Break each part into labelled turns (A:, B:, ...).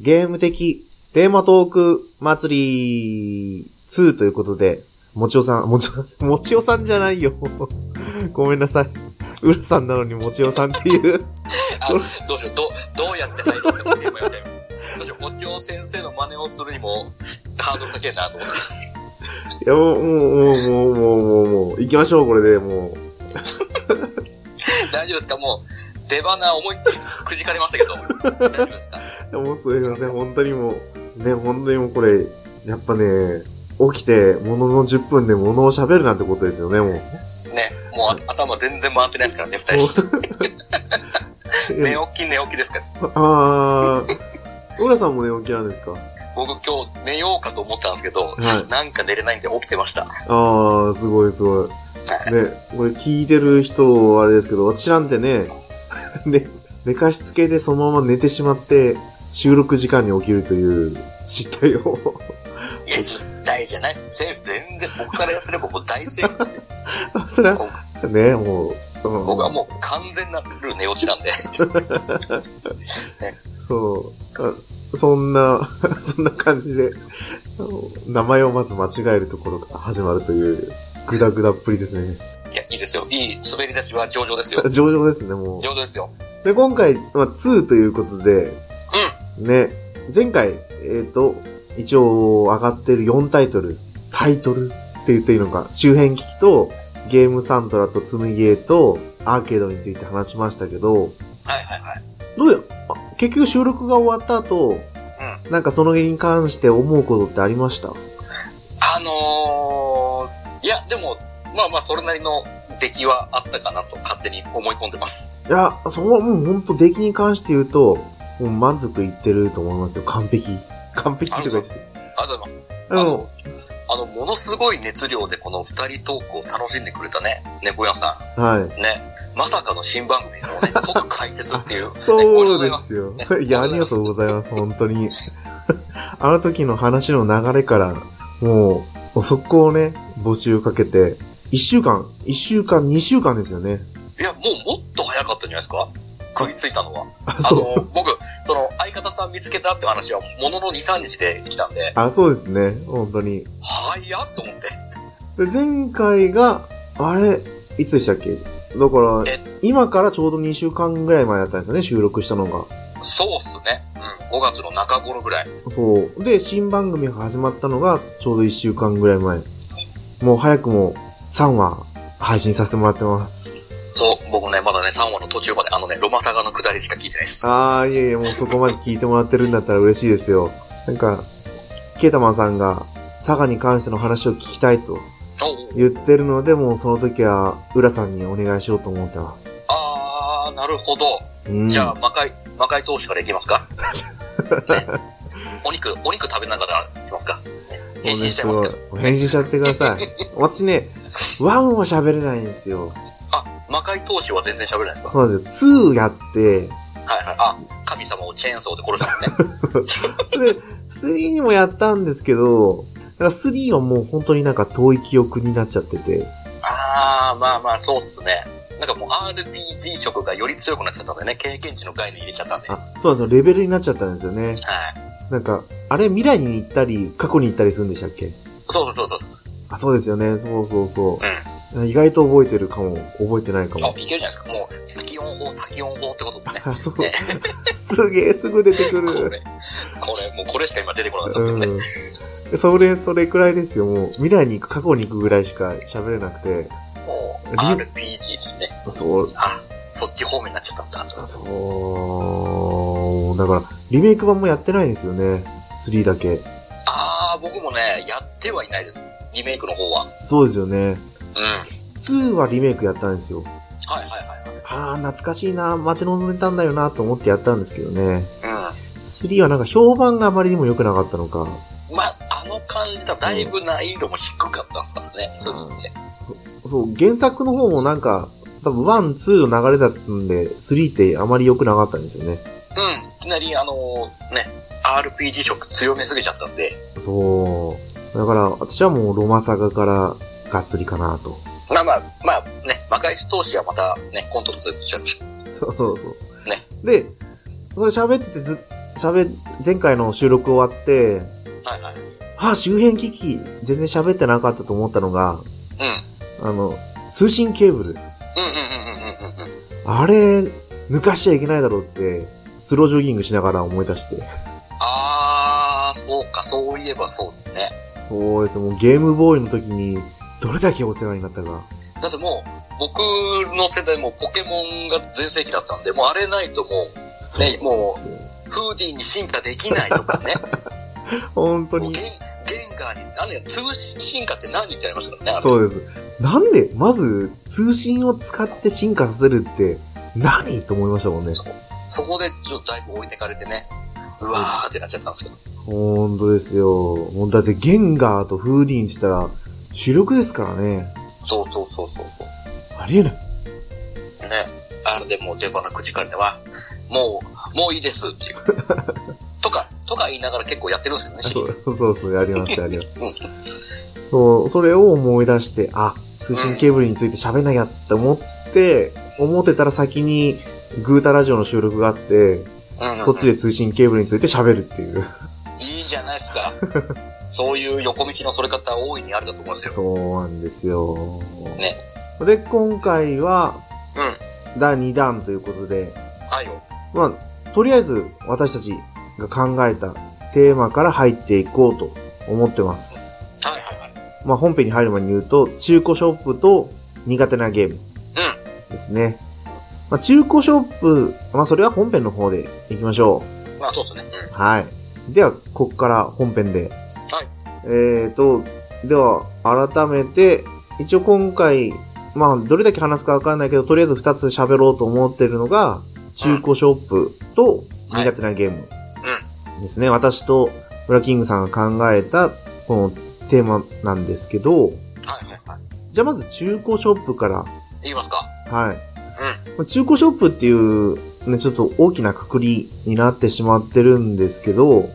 A: ゲーム的テーマトーク祭り2ということで、もちおさん、 もちお、もちおさんじゃないよ。 ごめんなさい。浦さんなのにもちおさんっていう。
B: あ、どうしよう、ど、どうやって入るかすげえ迷ってどうしよう、もちお先生の真似をするにも、ハードル高えな と思って。
A: いや、もう、もう、もう、もう、もう、もう、もう行きましょう、これで、もう。
B: 大丈夫ですかもう、出花思いっきりくじかれましたけど。大丈夫ですか
A: いやもうすいません、本当にもう、ね、本当にもうこれ、やっぱね、起きて、ものの10分でものを喋るなんてことですよね、もう。も
B: ね、もうあ頭全然回ってないですからね、二人。 寝
A: う
B: 起き寝起きですから。
A: あー、浦さんもね、起きなんですか
B: 僕今日寝ようかと思ったんですけど、
A: い
B: なんか寝れないんで起きてました。
A: あー、すごいすごい。ね、これ聞いてる人、あれですけど、私なんてね、 ね、寝かしつけでそのまま寝てしまって、収録時間に起きるという失態を。
B: いや、実態じゃないです。セーフ全然、僕からすればもう大セーフですよ。
A: それは、ね、もう、うん
B: 僕はもう完全なる寝落ちなんで。
A: そう。あそんな、 そんな感じで、あの名前をまず間違えるところから始まるという、ぐだぐだっぷりですね。
B: いや、いいですよ。いい滑り出しは上々ですよ。
A: 上々ですね、もう。
B: 上々ですよ。
A: で、今回、まあ、2ということで、ね、前回、えっ、と、一応上がってる4タイトル、タイトルって言っていいのか、周辺機器と、ゲームサントラと紡ぎ絵と、アーケードについて話しましたけど、
B: はいはいはい。
A: どうや、あ結局収録が終わった後、なんかその辺に関して思うことってありました
B: あのー、いや、でも、まあまあ、それなりの出来はあったかなと勝手に思い込んでます。
A: いや、そこはもう本当出来に関して言うと、もう満足いってると思いますよ。完璧。完璧とか言って。
B: ありがとうございます。
A: あの、
B: あの、ものすごい熱量でこの二人トークを楽しんでくれたね、猫屋さ
A: はい。
B: ん。ね。まさかの新番組 のね、即解説っていう。
A: そうですよ
B: あ。り
A: いや、あ
B: が
A: り
B: とう
A: がと
B: ござ
A: うご
B: い
A: ざいます。本当 に。あの時の話の流れから、もう、もう速攻をね、募集かけて、一週間、一週間、二週間ですよね。
B: いや、もうもっと早かったんじゃないですか食いついたのは。
A: あ、
B: あ
A: そう。
B: の、僕、その、相方さん見つけたって話は、ものの2、3日で来たんで、
A: あ、そうですね。本当に。
B: 早っと思って。
A: で、前回が、あれ、いつでしたっけだから
B: え、
A: 今からちょうど2週間ぐらい前だったんですよね、収録したのが。
B: そうっすね。うん。5月の中頃ぐらい。
A: そう。で、新番組が始まったのが、ちょうど1週間ぐらい前。もう早くも3話配信させてもらってます。
B: そう、僕ね、まだね、3話の途中まで、あのね、ロマサガの下りしか聞いてないです。
A: あー、いえいえ、もうそこまで聞いてもらってるんだったら嬉しいですよ。なんか、ケータマンさんが、佐賀に関しての話を聞きたいと
B: おう
A: 言ってるので、もうその時は、浦さんにお願いしようと思ってます。
B: あー、なるほど。
A: うん。
B: じゃあ、魔界、魔界投手からいきますか。 ねお肉、お肉食べながらしますか。変身しちゃいますけど。
A: もうねすごい変身しちゃってください。私ね、ワンは喋れないんですよ。
B: あ、魔界投手は全然喋れないですか
A: そうなんですよ。2やって、
B: はいはい。あ、神様をチェーンソーで殺した もんね。
A: で、3にもやったんですけど、なんか3はもう本当になんか遠い記憶になっちゃってて、
B: あー、まあまあ、そうっすね。なんかもう RPG 色がより強くなっちゃったんでね、経験値の概念入れちゃったんで。はい。
A: あ、そうなんですよ、レベルになっちゃったんですよね。なんか、あれ未来に行ったり、過去に行ったりするんでしたっけ
B: そうそうそうそう。
A: あ、そうですよね、そうそうそう。意外と覚えてるかも、覚えてないか
B: あ
A: も、。
B: いけるじゃないですか。もう、滝音法、滝音法ってことでね。
A: あ、そう
B: ね。
A: すげえ、すぐ出てく
B: こ
A: る。
B: れ、これ、もうこれしか今出てこなかったんですけどね。
A: うん。それ、それくらいですよ、もう。未来に行く、過去に行くぐらいしか喋れなくて。
B: も
A: リ
B: う、RPG ですね。
A: そう、
B: あ、そっち方面になっちゃったんだ。
A: そう、だから、リメイク版もやってないんですよね。3だけ。
B: あー、僕もね、やってはいないです。リメイクの方は。
A: そうですよね。
B: うん。はい
A: 2はリメイクやったんですよ。
B: はいはい
A: あー、懐かしいな、待ち望んでたんだよな、と思ってやったんですけどね。
B: はい。
A: 3はなんか評判があまりにも良くなかったのか。
B: うん。まあ、あの感じだとだいぶ難易度も低かったんですからね、そうって。
A: そう、原作の方もなんか、多分1、2の流れだったんで、3ってあまり良くなかったんですよね。
B: うん。いきなり、あのーね、RPG 色強めすぎちゃったんで、
A: そう。だから、私はもうロマサガから、がっつりかなと。
B: まあまあ、まあね、魔界投資はまたね、今度とちょっ
A: そ
B: と
A: うそうそう。
B: ね
A: で、それ喋っててずっ喋、前回の収録終わって、
B: はいはい。
A: あ、周辺機器、全然喋ってなかったと思ったのが、
B: うん。
A: あの、通信ケーブル。
B: うんうんうんうんうんうんうん。
A: あれ、抜かしちゃいけないだろうって、スロージョギングしながら思い出して。
B: あー、そうか、そういえばそうですね。
A: そうです、もうゲームボーイの時に、どれだけお世話になったか。
B: だってもう、僕の世代もポケモンが全盛期だったんで、もうあれないともう、
A: そうですよ
B: もフーディーに進化できないとかね。
A: 本当
B: もう
A: に
B: ゲ。ンゲンガーに、あのね、通信進化って何ってありましたからねあれ。
A: そうです。なんで、まず、通信を使って進化させるって何、と思いましたもんね。
B: そこでちょっとだいぶ置いてかれてね、うわーってなっちゃったんですけど。
A: ほんとですよ。もうだって、ゲンガーとフーディンしたら、主力ですからね。
B: そうそうそうそうそう。
A: ありえない。
B: ね。あれでもう出花くじかれては、もう、もういいですっていう。 とか、とか言いながら結構やってるんですけどね、シリ
A: そ
B: ー
A: う
B: ズ。
A: そうそう、やりました、やりました。そう、それを思い出して、あ、通信ケーブルについて喋んなきゃって思って、思ってたら先に、グータラジオの収録があって、
B: うんうん
A: そっちで通信ケーブルについて喋るっていう。
B: いいじゃないですか。そういう横道のそれ方大いにあるだと思いますよ。
A: そうなんですよ。
B: ね
A: で、今回は、
B: うん。
A: 第2弾ということで、
B: はいよ。
A: まあ、とりあえず私たちが考えたテーマから入っていこうと思ってます。
B: はいはいはい。
A: まあ、本編に入る前に言うと、中古ショップと苦手なゲームですね。まあ、中古ショップ、まあ、それは本編の方で行きましょ
B: うん。まあそうですね。うん。
A: う。はい。では、こっから本編で。
B: はい。
A: えーと、では、改めて、一応今回、まあ、どれだけ話すかわかんないけど、とりあえず二つ喋ろうと思ってるのが、中古ショップと苦手なゲームですね。私と、ブラキングさんが考えた、このテーマなんですけど、
B: はいはいはい。
A: じゃあまず中古ショップから、
B: 言いますか。
A: はい。まあ中古ショップっていう、ね、ちょっと大きなくくりになってしまってるんですけど、
B: うん。うん。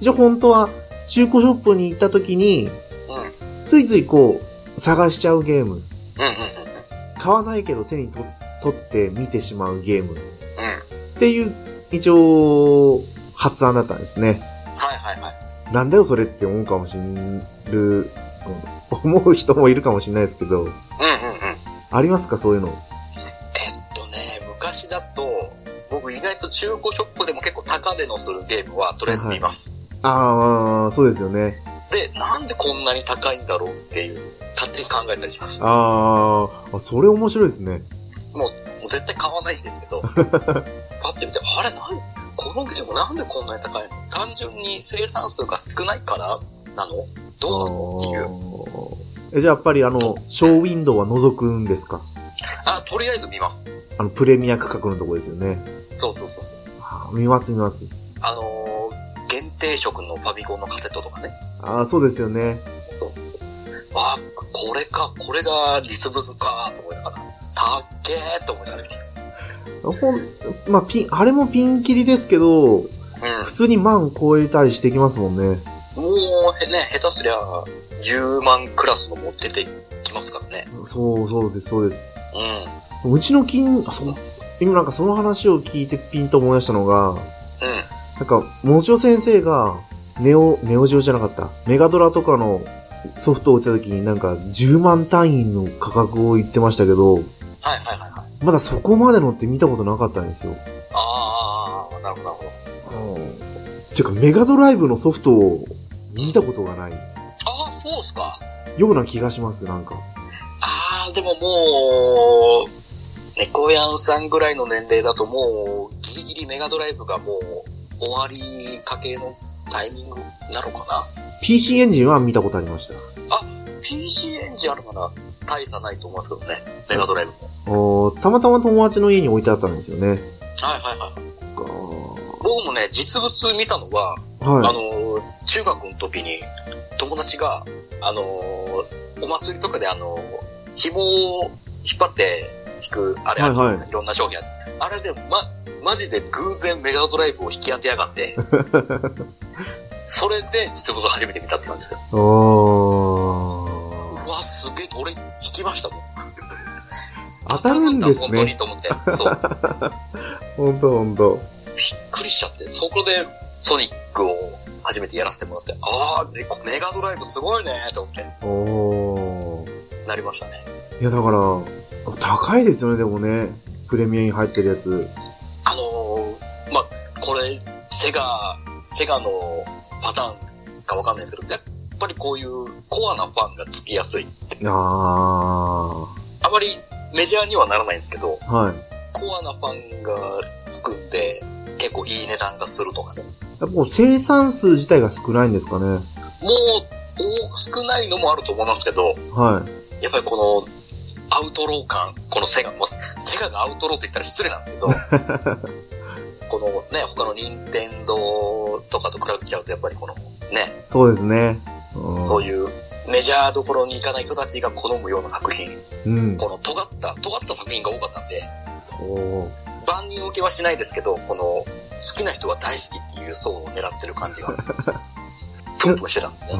A: じゃあ本当は、中古ショップに行った時に、
B: うん。うんうん
A: ついついこう、探しちゃうゲーム。
B: うんうん。
A: 買わないけど手にと取って見てしまうゲーム。っ
B: うん。
A: ていう、一応、発案だったんですね。
B: はいはいはい。
A: なんだよそれって思うかもしる、思う人もいるかもしれないですけど、
B: うんうんうん。
A: ありますかそういうの。
B: えっとね、昔だと、僕意外と中古ショップでも結構高値のするゲームはとりあえず見ます。
A: ああ、そうですよね。
B: で、なんでこんなに高いんだろうっていう、勝手に考えたりします。も
A: あーあ、それ面白いですね。
B: う絶対買わないんですけ ど、パッて見て、あれなん、このゲームなんでこんなに高いの単純に生産数が少ないからなのどうなのっていう。
A: えじゃあやっぱりあの、ショーウィンドウは覗くんですか
B: あ、とりあえず見ます。
A: あの、プレミア価格のとこですよね。
B: そうそうそうそう。
A: あー見ます見ます。
B: あのー限定色のファミコンのカセットとかね。
A: ああ、そうですよね。
B: そう。あ、これか、これが実物か、と思いながら、たっけーと思いながら見てる。
A: ほん、まあ、ピン、あれもピンキリですけど、普通に万超えたりしてきますもんね。
B: うん。もう、へね、下手すりゃ、10万クラスの持っててきますからね。
A: そう、そうです、そうです。
B: うん。うん。
A: うちの金、あそう、今なんかその話を聞いてピンと思い出したのが、なんか、もちお先生が、ネオ、ネオジオじゃなかった。メガドラとかのソフトを売った時になんか10万単位の価格を言ってましたけど、
B: はいはいはいはい。
A: まだそこまでのって見たことなかったんですよ。
B: あー、なるほどなるほど。
A: ていうか、メガドライブのソフトを見たことがない
B: あー、そうっすか。
A: ような気がします、なんか。
B: あー、でももう、猫やんさんぐらいの年齢だともう、ギリギリメガドライブがもう、終わりかけのタイミングなのかな。
A: PC エンジンは見たことありました。
B: PC エンジンあるなら大差ないと思いますけどね。メガドライブも。
A: おーたまたま友達の家に置いてあったんですよね。
B: はいはいはい。
A: か
B: 僕もね、実物見たのは、あ
A: は
B: のー、中学の時に友達が、あのー、お祭りとかであのー、紐を引っ張って引く、あれあるじゃない
A: はい
B: ですか
A: はい
B: ろんな商品あるあれで、ま、マジで偶然メガドライブを引き当てやがって、それで実物を初めて見たって感じですよ。
A: い。お
B: う
A: ー
B: わ、すげえ、俺、引きましたもん。
A: 当たるんです
B: 当たるんだ、本当に
A: ね。
B: と思って。そう。
A: ほんとほんと。
B: くりしちゃって、そこでソニックを初めてやらせてもらって、ああ、メメガドライブすごいねと思って
A: おー。
B: なりましたね。
A: いや、だから、高いですよね、でもね。プレミアに入ってるやつ。
B: あのー、まあ、これ、セガ、セガのパターンかわかんないですけど、やっぱりこういうコアなファンがつきやすい。
A: あ
B: あまりメジャーにはならないんですけど、
A: ー。はい。
B: コアなファンがつくんで、結構いい値段がするとかね。
A: やっぱこう生産数自体が少ないんですかね。
B: もう、お少ないのもあると思うんですけど、
A: はい。
B: やっぱりこの、アウトロー感、このセガ、まあセガがアウトローって言ったら失礼なんですけど、このね、他の任天堂とかと比べちゃうと、やっぱりこの、ね、
A: そうですね。うん
B: そういうメジャーどころに行かない人たちが好むような作品、
A: うん。
B: この尖った、尖った作品が多かったんで、
A: そう。
B: 万人受けはしないですけど、この、好きな人は大好きっていう層を狙ってる感じがあるんです。プンプンしてたんでね。
A: うん。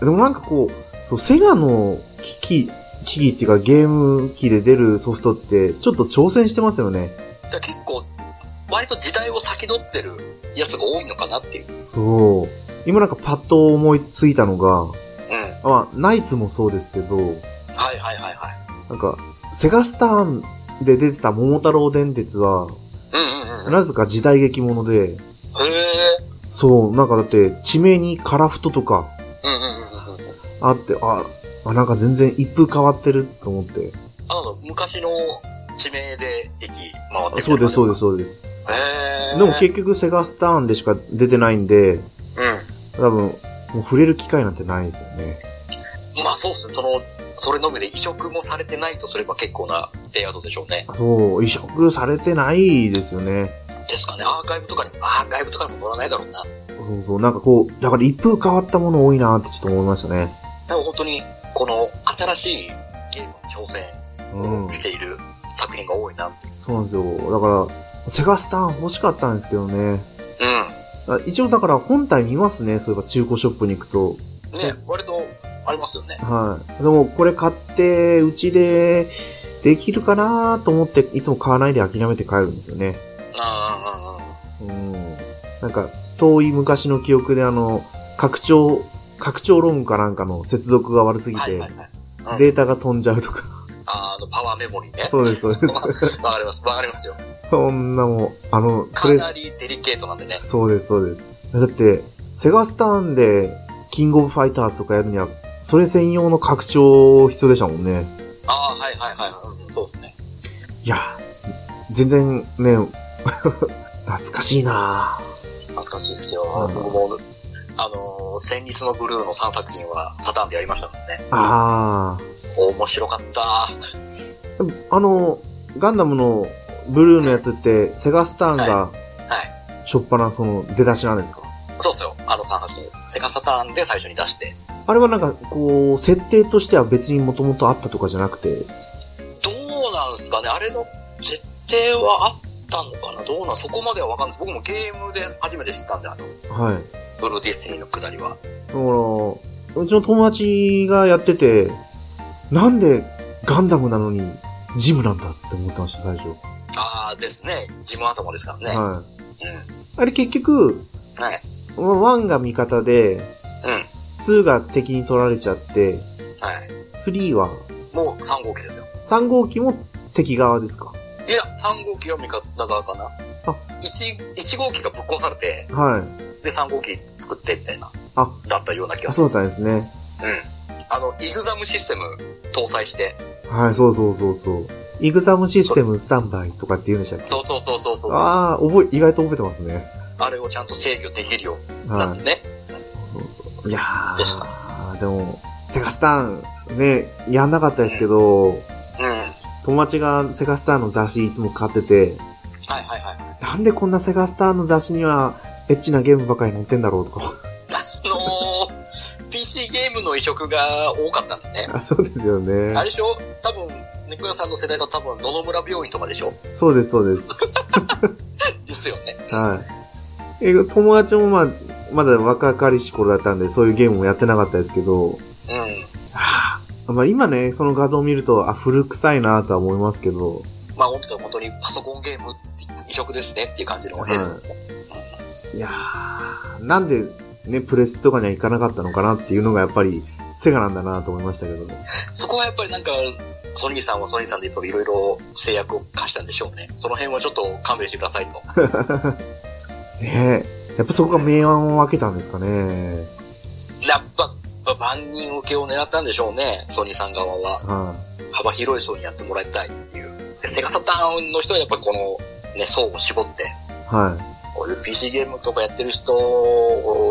A: でもなんかこう、そうセガの機器、機器っていうかゲーム機で出るソフトって、ちょっと挑戦してますよね。
B: だから結構、割と時代を先取ってるやつが多いのかなっていう。うん。
A: そう。今なんかパッと思いついたのが、
B: はい
A: まあ、ナイツもそうですけど、
B: はいはいはい。
A: なんか、セガスターンで出てた桃太郎電鉄は、
B: うんうんうん。へ
A: なぜか時代劇もので、
B: え。
A: そう、なんかだって、地名にカラフトとか
B: うんうんうんうん。
A: あって、あ、あなんか全然一風変わってると思って。
B: あの、昔の地名で駅回って
A: そうです、そうです、
B: す。
A: そうです。
B: へえ。
A: でも結局セガスターンでしか出てないんで、
B: うん。
A: 多分、もう触れる機会なんてないですよね。
B: まあそうですね、その、それのみで移植もされてないとすれば結構なレイアウトでしょうね。
A: そう、移植されてないですよね。
B: ですかね、アーカイブとかに、アーカイブとかにも載らないだろうな。で
A: そうそう、なんかこう、だから一風変わったもの多いなってちょっと思いましたね。
B: も本当に、この新しいゲームの挑戦
A: う
B: を
A: ん。
B: している作品が多いなって。
A: そうなんですよ。だから、セガスターン欲しかったんですけどね。
B: うん。
A: あ一応だから本体見ますね。そういえば中古ショップに行くと。
B: ね、割とありますよね。
A: はい。でもこれ買って、うちでできるかなと思って、いつも買わないで諦めて帰るんですよね。
B: あ
A: うん。なんか、遠い昔の記憶であの、拡張、拡張ロームかなんかの接続が悪すぎ
B: あ、は
A: て、
B: いはいはい。うん
A: データが飛んじゃうとか。
B: あの、パワーメモリーね。
A: そうです、そうです。
B: わかります、わかりますよ。
A: そんなもん、あの、そ
B: か
A: れ、
B: なりデリケートなんでね。
A: そうです、そうです。だって、セガスターンで、キングオブファイターズとかやるには、それ専用の拡張必要でしたもんね。
B: ああ、はいはいはい。うんそうですね。
A: いや、全然ね、 懐かしいなぁ
B: 懐かしいですよ。
A: うん
B: 僕も、あのー、戦慄のブルーの3作品はサターンでやりましたもんね。
A: あ
B: 面白かった。
A: ーでもあの、ガンダムのブルーのやつって、セガスターンが、しょっぱなその出だしなんですか
B: そうっすよ。あの3作品。セガサターンで最初に出して。
A: あれはなんか、こう、設定としては別にもともとあったとかじゃなくて、
B: どうなんすかねあれの設定はあったのかなどうなんそこまではわかんないです。僕もゲームで初めて知ったんで、あの、
A: はい。
B: ブルーディスティニーの下りは。
A: だから、うちの友達がやってて、なんでガンダムなのにジムなんだって思ってました、最初。
B: ああですね。ジム頭ですからね。
A: はい。あれ結局、
B: うん。はい。
A: 1が味方で、
B: うん。は
A: 2が敵に取られちゃって、
B: い。
A: 3は、
B: もう3号機ですよ。
A: 3号機も敵側ですか
B: いや、3号機は味方側かな。
A: あ
B: 1, 1号機がぶっ壊されて、
A: はい。
B: で、3号機作ってみたいな、
A: あ
B: だったような気
A: あ
B: がする。
A: そうだったんですね。
B: あの、イグザムシステム搭載して、
A: はい、そうそうそうそう。イグザムシステムスタンバイとかって言うんでしたっけ
B: そうそうそうそうそう、あ
A: ああ、覚え、意外と覚えてますね。
B: れをちゃんと制御できるようにな
A: は
B: ってね。
A: い。いやー
B: でした
A: でも、セガスターン、ね、やんなかったですけど、
B: うん。はい
A: 友達がセガスターの雑誌いつも買ってて、
B: はいはい。
A: なんでこんなセガスターの雑誌にはエッチなゲームばかり載ってんだろうとか。
B: あのー、PC ゲームの移植が多かったんだね。
A: あそうですよね
B: あ。れでしょ多分、ネクヤさんの世代だと多分、野々村病院とかでしょ
A: そうです、そうです。
B: ですよね。
A: はい。え、友達もまあ、まだ若かりし頃だったんで、そういうゲームもやってなかったですけど、
B: うん。
A: はあ、まあ今ね、その画像を見ると、あ、古臭いなとは思いますけど、
B: まあ本当に本当にパソコンゲームって言って移植ですねっていう感じの変ですね。
A: いやー、なんでね、プレステとかには行かなかったのかなっていうのがやっぱり、セガなんだなと思いましたけど。
B: そこはやっぱりなんか、ソニーさんはソニーさんでいっぱいいろいろ制約を課したんでしょうね。その辺はちょっと勘弁してくださいと。
A: ねやっぱそこが明暗を分けたんですかね。
B: やっぱ、やっぱ万人受けを狙ったんでしょうね。ソニーさん側は。
A: は
B: 幅広い層にやってもらいたいっていう。でセガサターンの人はやっぱこの、ね、層を絞っ
A: い。
B: て、
A: はい。
B: こういう PC ゲームとかやってる人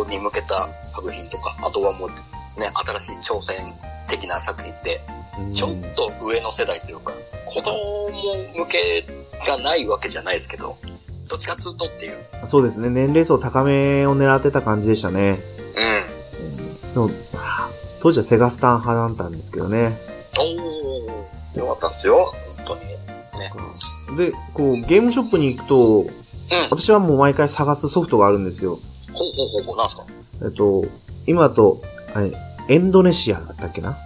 B: に向けた作品とか、あとはもうね、新しい挑戦的な作品で、
A: うん
B: ちょっと上の世代というか、子供向けがないわけじゃないですけど、どっちかっつうとっていう。
A: そうですね。年齢層高めを狙ってた感じでしたね。
B: う
A: うんでも、はあ当時はセガスタン派だったんですけどね。
B: ん。おー、よかったっすよ、本当に。
A: で、こう、ゲームショップに行くと、
B: うん。
A: 私はもう毎回探すソフトがあるんですよ。
B: ほうほうほうほう、なんすか
A: えっと、今だと、あれ、エンドネシアだったっけな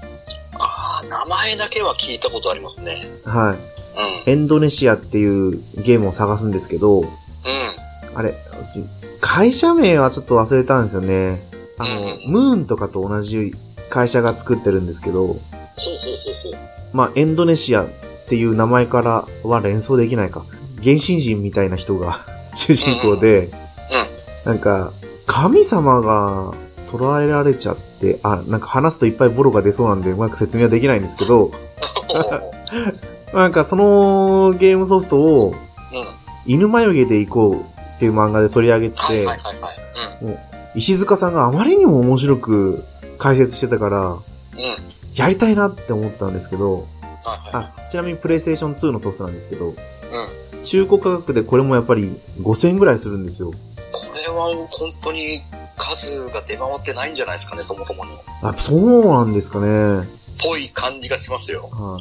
B: あー、名前だけは聞いたことありますね。
A: はい。
B: う
A: エンドネシアっていうゲームを探すんですけど、
B: ん。うん。
A: あれ、私会社名はちょっと忘れたんですよね。あの、
B: うん
A: ムーンとかと同じ会社が作ってるんですけど、
B: ほうほうほうほう。
A: まあ、エンドネシアっていう名前からは連想できないか。原神人みたいな人が 主人公で、なんか、神様が捕らえられちゃって、あ、なんか話すといっぱいボロが出そうなんでうまく説明はできないんですけど、 なんかそのゲームソフトを
B: うん。
A: 犬眉毛で行こうっていう漫画で取り上げて
B: はい
A: て、
B: はいはいはい。
A: 石塚さんがあまりにも面白く解説してたから、
B: うん。うん。はい
A: やりたいなって思ったんですけど、
B: はい。
A: あ、ちなみにプレイステーション2のソフトなんですけど、
B: う
A: 中古価格でこれもやっぱり5000円ぐらいするんですよ。
B: これは本当に数が出回ってないんじゃないですかね、そもそもの。
A: あ、そうなんですかね。
B: ぽい感じがしますよ。
A: は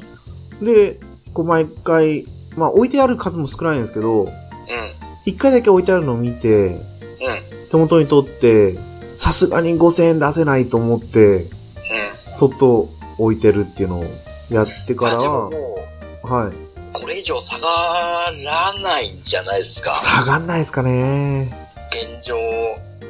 A: い。で、こう毎回、まあ置いてある数も少ないんですけど、
B: うん。
A: 一回だけ置いてあるのを見て、
B: うん。うん。
A: 手元に取って、さすがに5000円出せないと思って、そっと置いてるっていうのをやってか
B: まあ
A: ら
B: でも
A: は、
B: も
A: はい。
B: う、これ以上下がらないんじゃないですか。
A: 下がんないですかね。
B: 現状。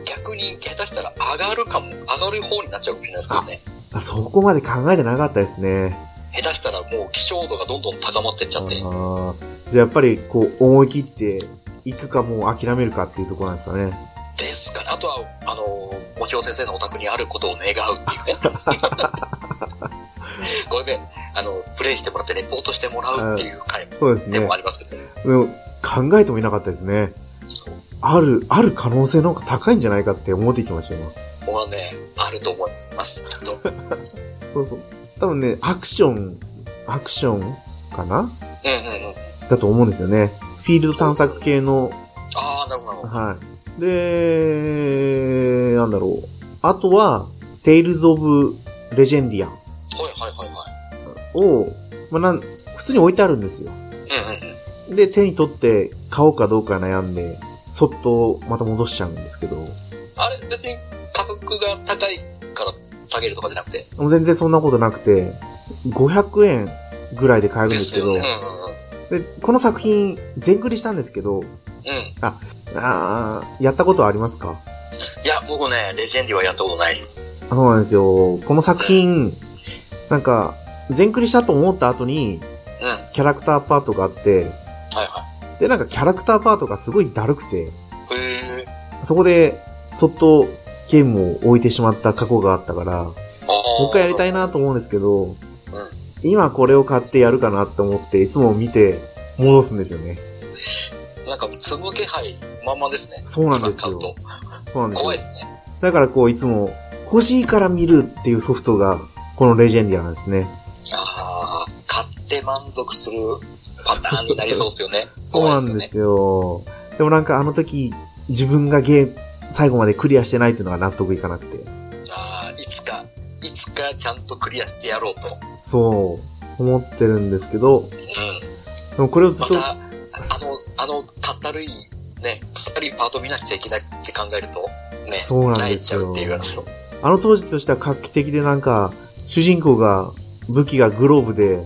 B: 逆に下手したら上がるかも、上がる方になっちゃうかもしれないですからね。
A: あそこまで考えてなかったですね。
B: 下手したらもう希少度がどんどん高まってっちゃって。
A: あーじゃあやっぱりこう思い切って行くかもう諦めるかっていうところなんですかね。
B: ですから、あとは、あの、もちろん先生のお宅にあることを願うっていうね。これで、あの、プレイしてもらってレポートしてもらうっていう回
A: そうです
B: で
A: ね
B: もあ。りますけどね。
A: でも考えてもいなかったですね。ある、ある可能性の方が高いんじゃないかって思ってきましたよ。
B: 僕はね、あると思います。きっと。うんうん。
A: そうそう。多分ね、アクション、アクションかな
B: うん。
A: だと思うんですよね。フィールド探索系の、
B: ああ、なるほど、なるほど。
A: はい。で、なんだろう。あとは、テイルズ・オブ・レジェンディアン
B: はいはいはいは
A: を、まあ、なん、普通に置いてあるんですよ。
B: い。うんうんうん。
A: で、手に取って買おうかどうか悩んで、そっとまた戻しちゃうんですけど、
B: あれ、別に価格が高いから下げるとかじゃなくて。
A: もう全然そんなことなくて、500円ぐらいで買えるん
B: で
A: です
B: す
A: け
B: よ
A: ど、
B: ね。
A: で、この作品、全クリしたんですけど、
B: うんうんうん。うん。
A: あーやったことありますか
B: いや、僕ね、レジェンディはやったことないです。
A: あそうなんですよ。この作品、なんか、全クリしたと思った後に、
B: うん。はい
A: キャラクターパートがあって、
B: は
A: で、なんかキャラクターパートがすごいだるくて、
B: い。へえ。
A: そこで、そっとゲームを置いてしまった過去があったから、も
B: も
A: う一回やりたいなと思うんですけど、今これを買ってやるかなって思って、いつも見て、戻すんですよね。
B: なんか、つむ気配まんまですね。
A: そうなんですよ
B: 今買うと。
A: そうなんですよ
B: 怖いで。すね。
A: だからこう、いつも、欲しいから見るっていうソフトが、このレジェンディアなんですね。
B: ああ、買って満足するパターンになりそうですよね。
A: そうなんですよ。でもなんかあの時、自分がゲー、最後までクリアしてないっていうのが納得いかなくて。
B: 怖いですよね。ああ、いつか、いつかちゃんとクリアしてやろうと。
A: そう、思ってるんですけど、
B: うん。
A: でもこれをずっ
B: ま
A: と、
B: た、あの、あの、かったるい、ね、かったるいパート見なくちゃいけないって考えると、ね、
A: そうなん
B: 泣
A: で
B: い
A: す
B: ちゃ
A: よ
B: うっていう話を。
A: あの当時としては画期的でなんか、主人公が、武器がグローブで、
B: うんうん。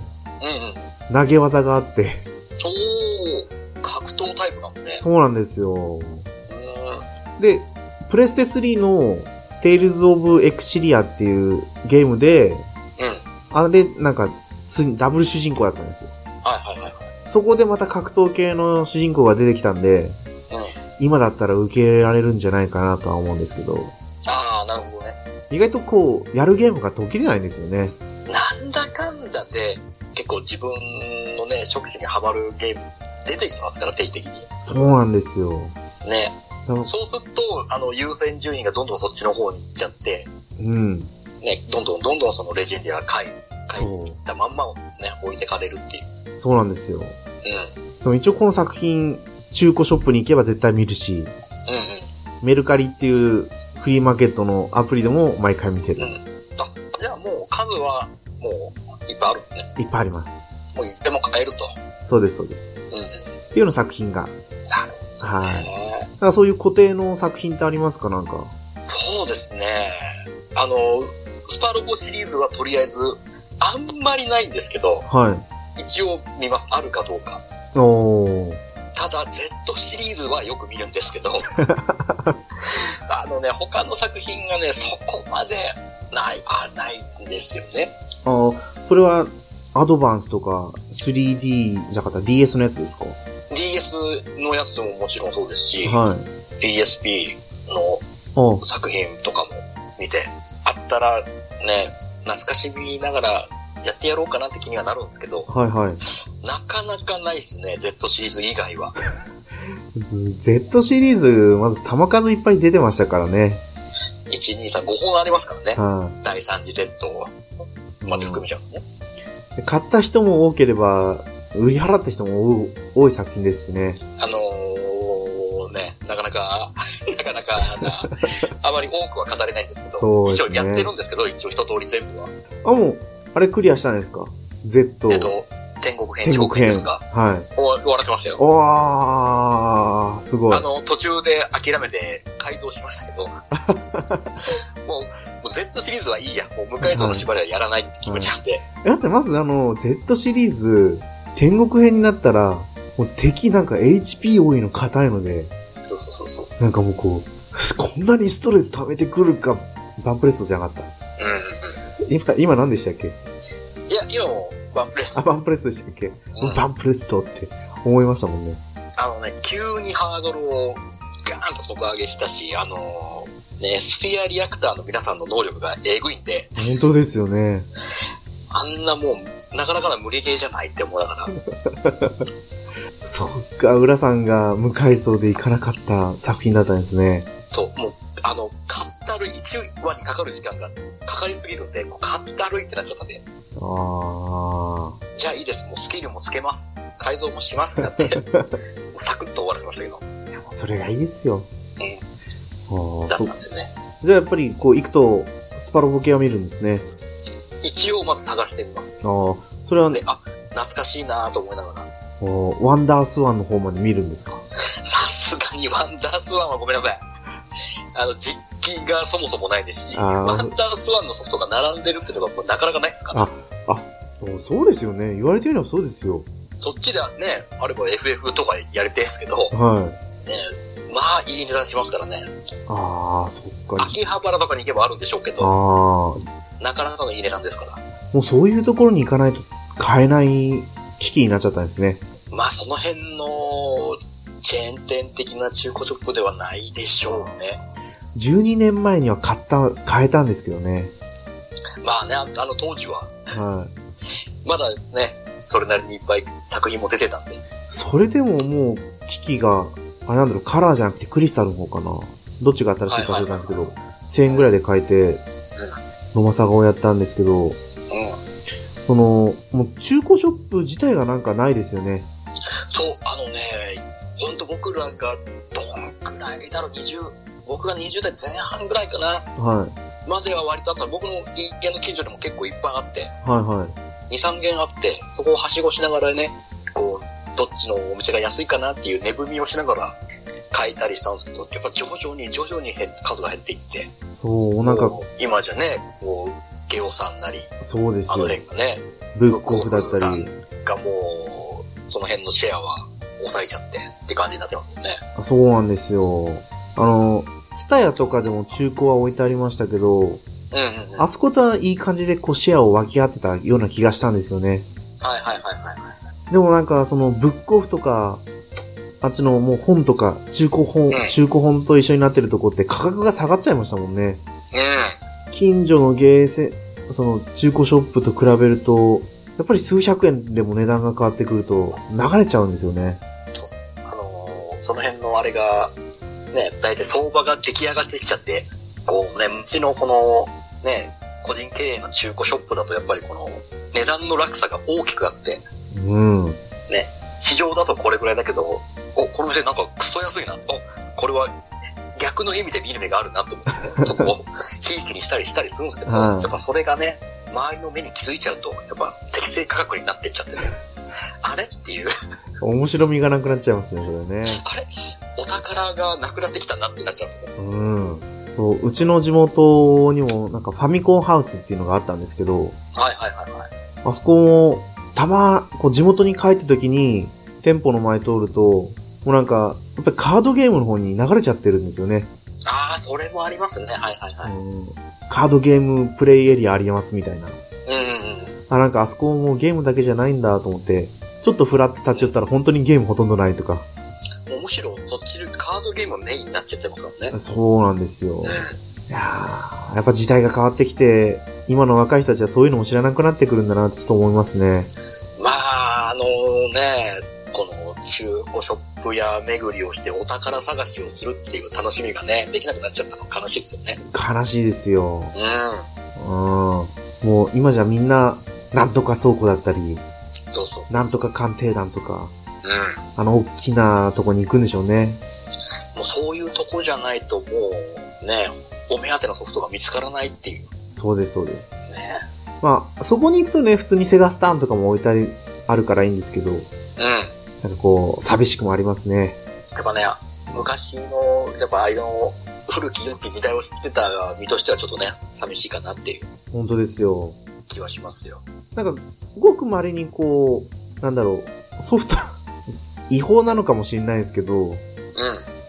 A: 投げ技があって、
B: おー格闘タイプだもんね。
A: そうなんですよ。
B: うん。
A: で、プレステ3の Tales of Exilia っていうゲームで、
B: うん。
A: あれ、なんか、すダブル主人公だったんですよ。
B: はいはいはい。
A: そこでまた格闘系の主人公が出てきたんで、今だったら受け入れられるんじゃないかなとは思うんですけど、
B: ああ、なるほどね。
A: 意外とこう、やるゲームが途切れないんですよね。
B: なんだかんだで、結構自分のね、職種にハマるゲーム出てきますから、定期的に。
A: そうなんですよ。
B: ね。
A: だから
B: そうすると、あの、優先順位がどんどんそっちの方に行っちゃって、
A: うん。
B: ね、どんどんどんどんそのレジェンディアが買い、買いに
A: そ
B: 行ったまんまをね、置いてかれるっていう。
A: う。そうなんですよ。
B: うん。
A: でも一応この作品、中古ショップに行けば絶対見るし、
B: うん
A: メルカリっていうフリーマーケットのアプリでも毎回見てる
B: うん。う。ん。あ、じゃあもう数は、もう、いっぱいあるんですね。
A: いっぱいあります。
B: もう言っても買えると。
A: そうです、そうです。
B: うん。
A: っていうような作品が。
B: なるほど
A: はい。
B: ね。
A: だからそういう固定の作品ってありますかなんか。
B: そうですね。あの、スパロボシリーズはとりあえず、あんまりないんですけど、
A: はい。
B: 一応見ます。あるかどうか。
A: おー。
B: ただ、Z シリーズはよく見るんですけ ど、あのね、他の作品がね、そこまでない、あ、ないんですよね。
A: あーそれは、アドバンスとか、3D じゃなかった DS のやつですか
B: DS のやつももちろんそうですし、
A: はい。
B: PSP
A: あ
B: の作品とかも見て、あったらね、懐かしみながらやってやろうかなって気にはなるんですけど、
A: はいはい。
B: なかなかないですね、Z シリーズ以外は。
A: Z シリーズ、まず球数いっぱい出てましたからね。
B: 1、2、3、5本ありますからね。
A: はい
B: 第3次 Z をまで含めちゃうのね。
A: で買った人も多ければ、売り払った人も多多い作品ですしね。
B: あのー、ね、なかなか、 なかなかな、あまり多くは語れないんですけど、
A: そうですね
B: 一応やってるんですけど、一応一通り全部は。
A: あ、もう、あれクリアしたんですか ?Z。
B: えっと、天国編、
A: 天
B: 地獄
A: 国
B: 編
A: 編。
B: ですか。
A: はい。
B: 終わ終わらせましたよ。
A: おー、すごい
B: あ。の、途中で諦めて改造しました けど、もう、もう Z シリーズはいいや。もう無回答の縛りはやらないって決めちゃって、
A: だってまずあの、Z シリーズ、天国編になったら、もう敵なんか HP 多いの硬いので、
B: そうそうそうそう。
A: なんかもうこう、こんなにストレス溜めてくるか、バンプレストじゃなかった。
B: うんうんうん。
A: 今、今何でしたっけ
B: いや、今もワンプレス。
A: あ、バンプレストでしたっけ
B: うん
A: バンプレストって思いましたもんね。
B: あのね、急にハードルをガーンと底上げしたし、あのーね、スフィアリアクターの皆さんの能力がえぐいんで、
A: 本当ですよね。
B: あんなもう、なかなかな無理ゲーじゃないって思いながら、
A: そっか、浦さんが無回想で行かなかった作品だったんですね。
B: そう、もう、あの、かったるい、1話にかかる時間がかかりすぎるんで、こうかったるいってなっちゃったんで、
A: あー。
B: じゃあいいです、もうスキルもつけます、改造もしますってなって、 サクッと終わらせましたけど、
A: それがいいですよ。あー
B: だっ
A: そ
B: たんでね。
A: じゃあやっぱりこう行くと、スパロボ系は見るんですね。
B: 一応まず探してみます。
A: あー。それはね
B: で、、あ、懐かしいなぁと思いながら、
A: おワンダースワンの方まで見るんですか
B: さすがにワンダースワンはごめんなさい。あの、実機がそもそもないですし、
A: あー
B: ワンダースワンのソフトが並んでるっていうのがもうなかなかないですから、
A: ああ、そうそうですよね。言われてみればそうですよ。
B: そっちではね、あれば FF とかやりてえですけど、
A: はい。
B: まあいい値段しますからね。
A: あー、そっか。
B: 秋葉原とかに行けばあるんでしょうけ
A: あ
B: ど、
A: ー。
B: なかなかのいい値段ですから。
A: もうそういうところに行かないと買えない危機になっちゃったんですね。
B: まあその辺のチェーン店的な中古ショップではないでしょうね。
A: 12年前には買った、買えたんですけどね。
B: まあね、ああの当時は、
A: はい。
B: まだね、それなりにいっぱい作品も出てたんで、
A: それでももう、機器が、あれなんだろう、カラーじゃなくてクリスタルの方かな。どっちが新しいか忘れたんですけ
B: は
A: ど、1000円ぐらいで買えて、野間さがをやったんですけど、
B: うん。
A: その、もう中古ショップ自体がなんかないですよね。
B: そう、あのね、ほんと僕らがどんくらいだろう、20、僕が20代前半ぐらいかな、
A: はい。
B: までは割とあった。僕の家の近所にも結構いっぱいあって、
A: はいはい。
B: 2、3軒あって、そこをはしごしながらね、こう、どっちのお店が安いかなっていう値踏みをしながら買いたりしたんですけど、やっぱ徐々に徐々に減数が減っていって、
A: そう、なんか、
B: もう今じゃね、こう、ゲオさんなり、
A: そうです
B: あの
A: よ。
B: 辺がね、
A: ブックオフだっ
B: ブックオ
A: た
B: フ
A: り。
B: がもう、その辺のシェアは抑えちゃってって感じになっちゃうもんね。
A: あそうなんですよ。あの、ツタヤとかでも中古は置いてありましたけど、
B: うんうんうん。
A: あそことはいい感じでこうシェアを分け合ってたような気がしたんですよね。
B: はいはいはいはいはい。
A: でもなんかそのブックオフとか、あっちのもう本とか、中古本、
B: うん
A: 中古本と一緒になってるとこって価格が下がっちゃいましたもんね。
B: う
A: 近所のゲーセン、その中古ショップと比べると、やっぱり数百円でも値段が変わってくると流れちゃうんですよね。
B: ん。あのーその辺のあれが、ね、大体相場が出来上がってきちゃって、こうね、うちのこの、ね、個人経営の中古ショップだとやっぱりこの値段の落差が大きくあって、
A: うん。
B: 市場だとこれぐらいだけど、お、この店なんかクソ安いな。お、これは逆の意味で見る目があるなと思って、ね、ちょっとこう、 ひいきにしたりしたりするんですけど、
A: はい
B: やっぱそれがね、周りの目に気づいちゃうと、やっぱ適正価格になってっちゃってね、あれっていう、
A: 面白みがなくなっちゃいますね、それね。
B: あれお宝がなくなってきたなってなっちゃう。
A: うん。そう、うちの地元にもなんかファミコンハウスっていうのがあったんですけど、
B: はいはいはいはい。
A: あそこも、たま、こう地元に帰った時に、店舗の前通ると、もうなんか、やっぱりカードゲームの方に流れちゃってるんですよね。
B: ああ、それもありますね。はいはいはい。
A: うんカードゲームプレイエリアありますみたいな。
B: うんうん
A: あ、なんかあそこもゲームだけじゃないんだと思って、ちょっとふらって立ち寄ったら本当にゲームほとんどないとか。
B: うん。もうむしろ、そっちでカードゲームメインになっちゃってますからね。
A: そうなんですよ
B: うん。。
A: いやー、やっぱ時代が変わってきて、今の若い人たちはそういうのも知らなくなってくるんだなってちょっと思いますね。
B: まあ、あのね、この中古ショップや巡りをしてお宝探しをするっていう楽しみがね、できなくなっちゃったの悲しいですよね。
A: 悲しいですよ。
B: うん。
A: うん。もう今じゃみんな、なんとか倉庫だったり、
B: そうそう。
A: なんとか鑑定団とか、
B: うん。
A: あの、大きなとこに行くんでしょうね。
B: もうそういうとこじゃないともう、ね、お目当てのソフトが見つからないっていうね。
A: そうです、そうです。まあ、そこに行くとね、普通にセガスターンとかも置いてあり、あるからいいんですけど、
B: うん。
A: なんかこう、寂しくもありますね。
B: やっぱね、昔の、やっぱあれの古き良き時代を知ってた身としてはちょっとね、寂しいかなっていう
A: 本当ですよ。
B: 気はしますよ。
A: なんか、ごく稀にこう、なんだろう、ソフト、 違法なのかもしれないですけど、
B: うん。うん。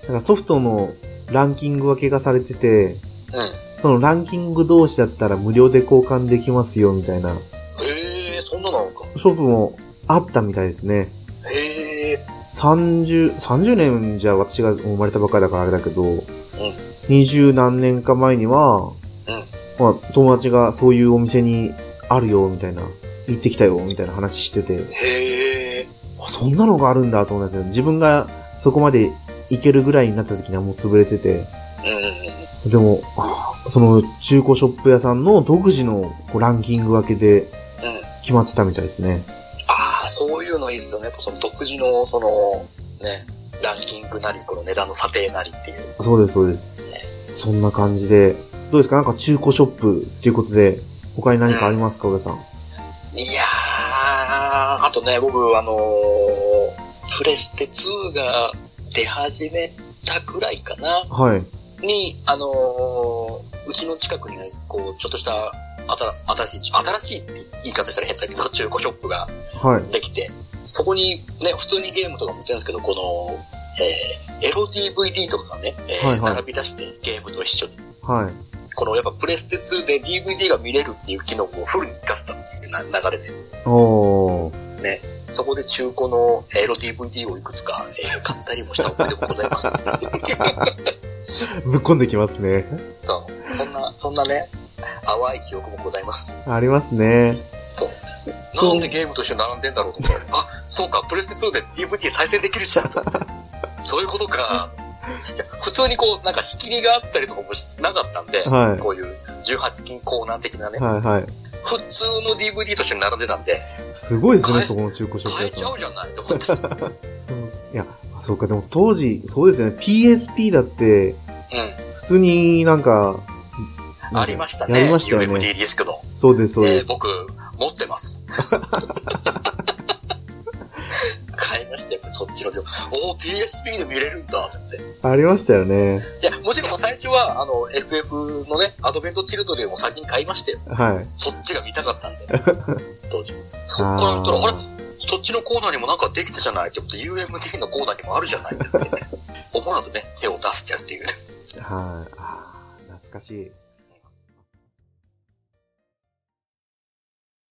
A: なんかソフトのランキング分けがされてて、そのランキング同士だったら無料で交換できますよ、みたいな、
B: ええー、そんなのあるか。
A: ショップもあったみたいですね。
B: ええ
A: 30、30年じゃ私が生まれたばっかりだからあれだけど、二十何年か前には、まあ、友達がそういうお店にあるよ、みたいな、行ってきたよ、みたいな話してて、
B: ー、へえー。
A: あそんなのがあるんだと思ったけど、自分がそこまで行けるぐらいになった時にはもう潰れてて、
B: うんうんうん。
A: でも、あその中古ショップ屋さんの独自のこうランキング分けで
B: うん。
A: 決まってたみたいですね。
B: ああ、そういうのいいっすよね。やっぱその独自の、その、ね、ランキングなり、この値段の査定なりっていう。
A: そうです、そうです。そんな感じで、どうですかなんか中古ショップっていうことで、他に何かありますか、上さん。
B: いやー、あとね、僕、あのープレステ2が出始めたくらいかな、
A: はい。
B: に、あのーうちの近くにね、こう、ちょっとした、あた新しい、新しいって言い方したら変だけど、中古ショップが
A: はい。
B: できて、そこにね、普通にゲームとか持ってるんですけど、この、えー、エロ DVD とかがね、えー
A: はいはい
B: 並び出してゲームと一緒に、
A: はい。
B: このやっぱプレステ2で DVD が見れるっていう機能をフルに活かしたっていうな流れで、
A: おー。
B: そこで中古のエロ DVD をいくつか、えー買ったりもしたわけでもございます。
A: ぶっこんできますね。
B: そう。そんな、そんなね、淡い記憶もございます。
A: ありますね。そう
B: なんでゲームと一緒に並んでんだろう と思って、あ、そうか、プレステ2で DVD 再生できるじゃんと思って。そういうことか。いや普通にこう、なんか仕切りがあったりとかもしなかったんで、
A: はい
B: こういう18金コーナー的なね、
A: はいはい。
B: 普通の DVD と一緒に並んでたんで、
A: すごいですね、
B: 買え
A: そこの中古ショップ
B: 買え
A: 屋
B: ち
A: さん
B: ゃ。うじゃないと思って。うん。
A: うんいや、そうか、でも当時、そうですよね、PSP だって、 普通になんか、
B: ありましたね。
A: やりましたよ
B: UMD
A: ね。
B: ディスクの。
A: そうです、そうで
B: えー
A: す。
B: 僕、持って ます。買いましたよ、そっちの情報。おー、PSP で見れるんだ、って。
A: ありましたよね。
B: いや、もちろん最初は、あの、FF のね、アドベントチルドレンを先に買いましたよ。
A: はい。
B: そっちが見たかったんで。当時。そっから見たら、
A: あ
B: あ
A: ー
B: れそっちのコーナーにもなんかできたじゃないってことで UMD のコーナーにもあるじゃない って言ってね思わずね、手を出しちゃうっていうね。
A: はい。あー懐かしい。